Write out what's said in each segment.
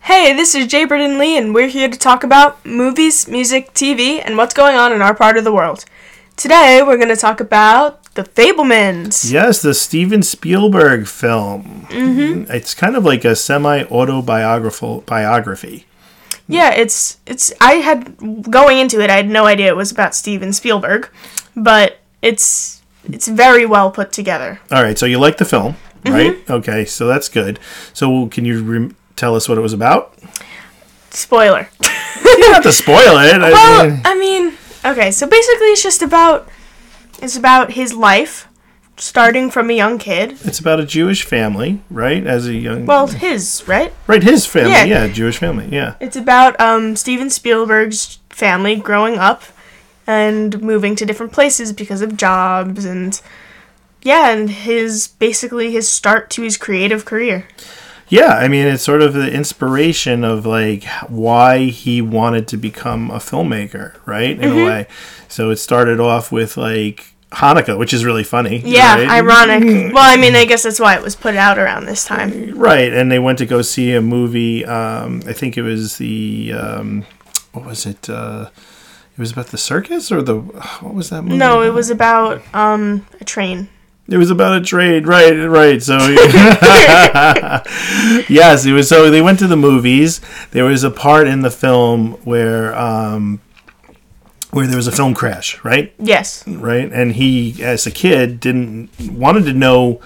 Hey, this is Jay Britton Lee, and we're here to talk about movies, music, TV, and what's going on in our part of the world. Today, we're going to talk about The Fablemans. Yes, the Steven Spielberg film. Mm-hmm. It's kind of like a semi autobiographical biography. Yeah, it's it's. I had going into it, I had no idea it was about Steven Spielberg, but it's it's very well put together. All right, so you like the film, Mm-hmm. right? Okay, so that's good. So can you rem tell us what it was about? Spoiler. You Not to spoil it. I Well, mean- I mean, okay, so basically, it's just about it's about his life, starting from a young kid. it's about a Jewish family, right? As a young, Well, his right. right, his family, yeah. yeah, Jewish family, yeah. It's about um, Steven Spielberg's family growing up and moving to different places because of jobs and yeah, and his basically his start to his creative career. Yeah, I mean, it's sort of the inspiration of like why he wanted to become a filmmaker, right? In Mm-hmm. a way. So it started off with like Hanukkah, which is really funny. Yeah, right? ironic. Well, I mean, I guess that's why it was put out around this time. Right, and they went to go see a movie. Um, I think it was the um, what was it? Uh, it was about the circus or the what was that movie? No, it was about um a train. It was about a trade, right? Right. So, yes, it was. So they went to the movies. There was a part in the film where, um, where there was a film crash, right? Yes. Right, and he, as a kid, didn't wanted to know,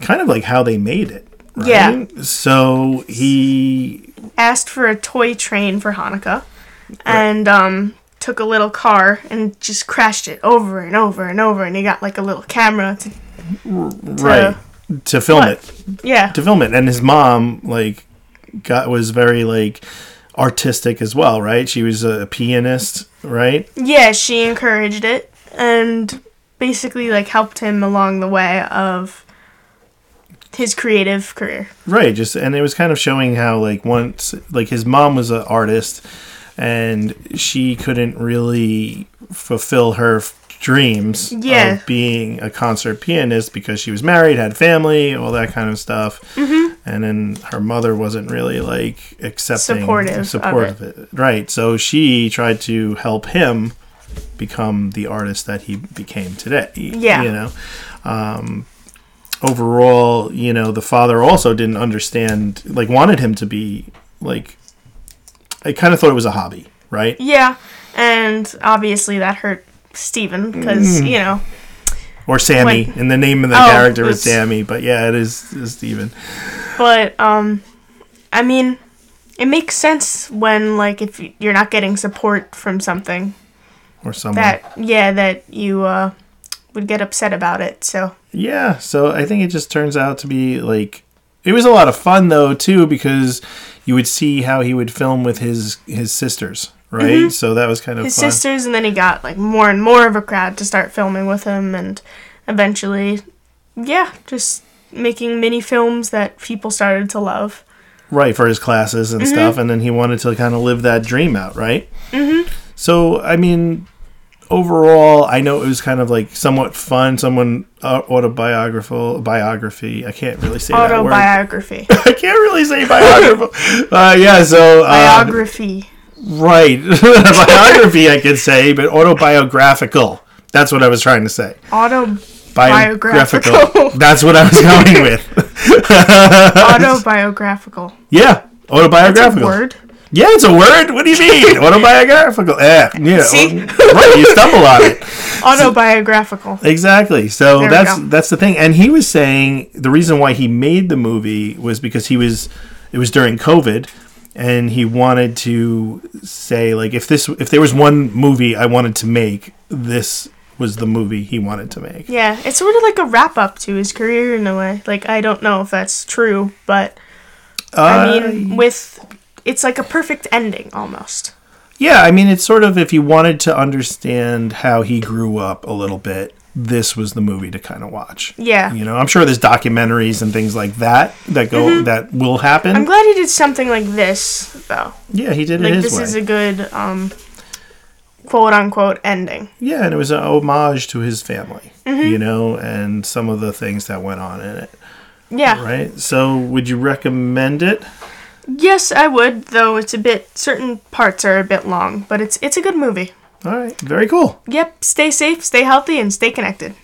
kind of like how they made it. Right? Yeah. So he, Asked for a toy train for Hanukkah and um took a little car and just crashed it over and over and over and he got like a little camera to right, to film What? it. yeah. to film it and his mom like got was very like artistic as well right she was a pianist right Yeah, she encouraged it and basically like helped him along the way of his creative career. right just and it was kind of showing how like once like his mom was an artist and she couldn't really fulfill her f- dreams Yeah. of being a concert pianist because she was married had family all that kind of stuff mm-hmm. and then her mother wasn't really like accepting Supportive of supportive of it. right so she tried to help him become the artist that he became today Yeah. you know Um, overall, you know, the father also didn't understand, like, wanted him to be, like, I kind of thought it was a hobby, right? Yeah, and obviously that hurt Steven cuz you know, Or Sammy, Wait. and the name of the Oh, character is oops. Sammy, but yeah, it is, is Steven. but um I mean it makes sense when like if you're not getting support from something Or someone. that yeah that you uh would get upset about it. So Yeah, so I think it just turns out to be, like, it was a lot of fun, though, too, because you would see how he would film with his, his sisters, right? So that was kind of Mm-hmm. his fun. sisters and then he got like more and more of a crowd to start filming with him and eventually yeah just making mini films that people started to love right for his classes and Mm-hmm. stuff and then he wanted to kind of live that dream out right mm-hmm. so i mean overall i know it was kind of like somewhat fun someone uh, autobiographical biography i can't really say that Uh, word i autobiography can't really say biographical uh, yeah so uh, biography right biography i could say but autobiographical that's what i was trying to say auto biographical Biographical. that's what i was going with autobiographical yeah That's a autobiographical word Yeah, it's a word. What do you mean? autobiographical. Eh, yeah. See? right, you stumble on it. autobiographical Exactly. So There we that's go. that's the thing. And he was saying the reason why he made the movie was because he was it was during COVID and he wanted to say like if this if there was one movie I wanted to make, this was the movie he wanted to make. yeah it's sort of like a wrap up to his career in a way like i don't know if that's true but i mean with it's like a perfect ending almost Yeah, I mean, it's sort of if you wanted to understand how he grew up a little bit, this was the movie to kind of watch. Yeah. you know, I'm sure there's documentaries and things like that that go that will happen. Mm-hmm. i'm glad he did something like this though yeah, he did it like his this way. is a good um quote unquote ending yeah, and it was an homage to his family, Mm-hmm. you know, and some of the things that went on in it. yeah Right. So, would you recommend it? Yes, I would, though it's a bit certain parts are a bit long, but it's it's a good movie. All right, very cool. Yep, stay safe, stay healthy and stay connected.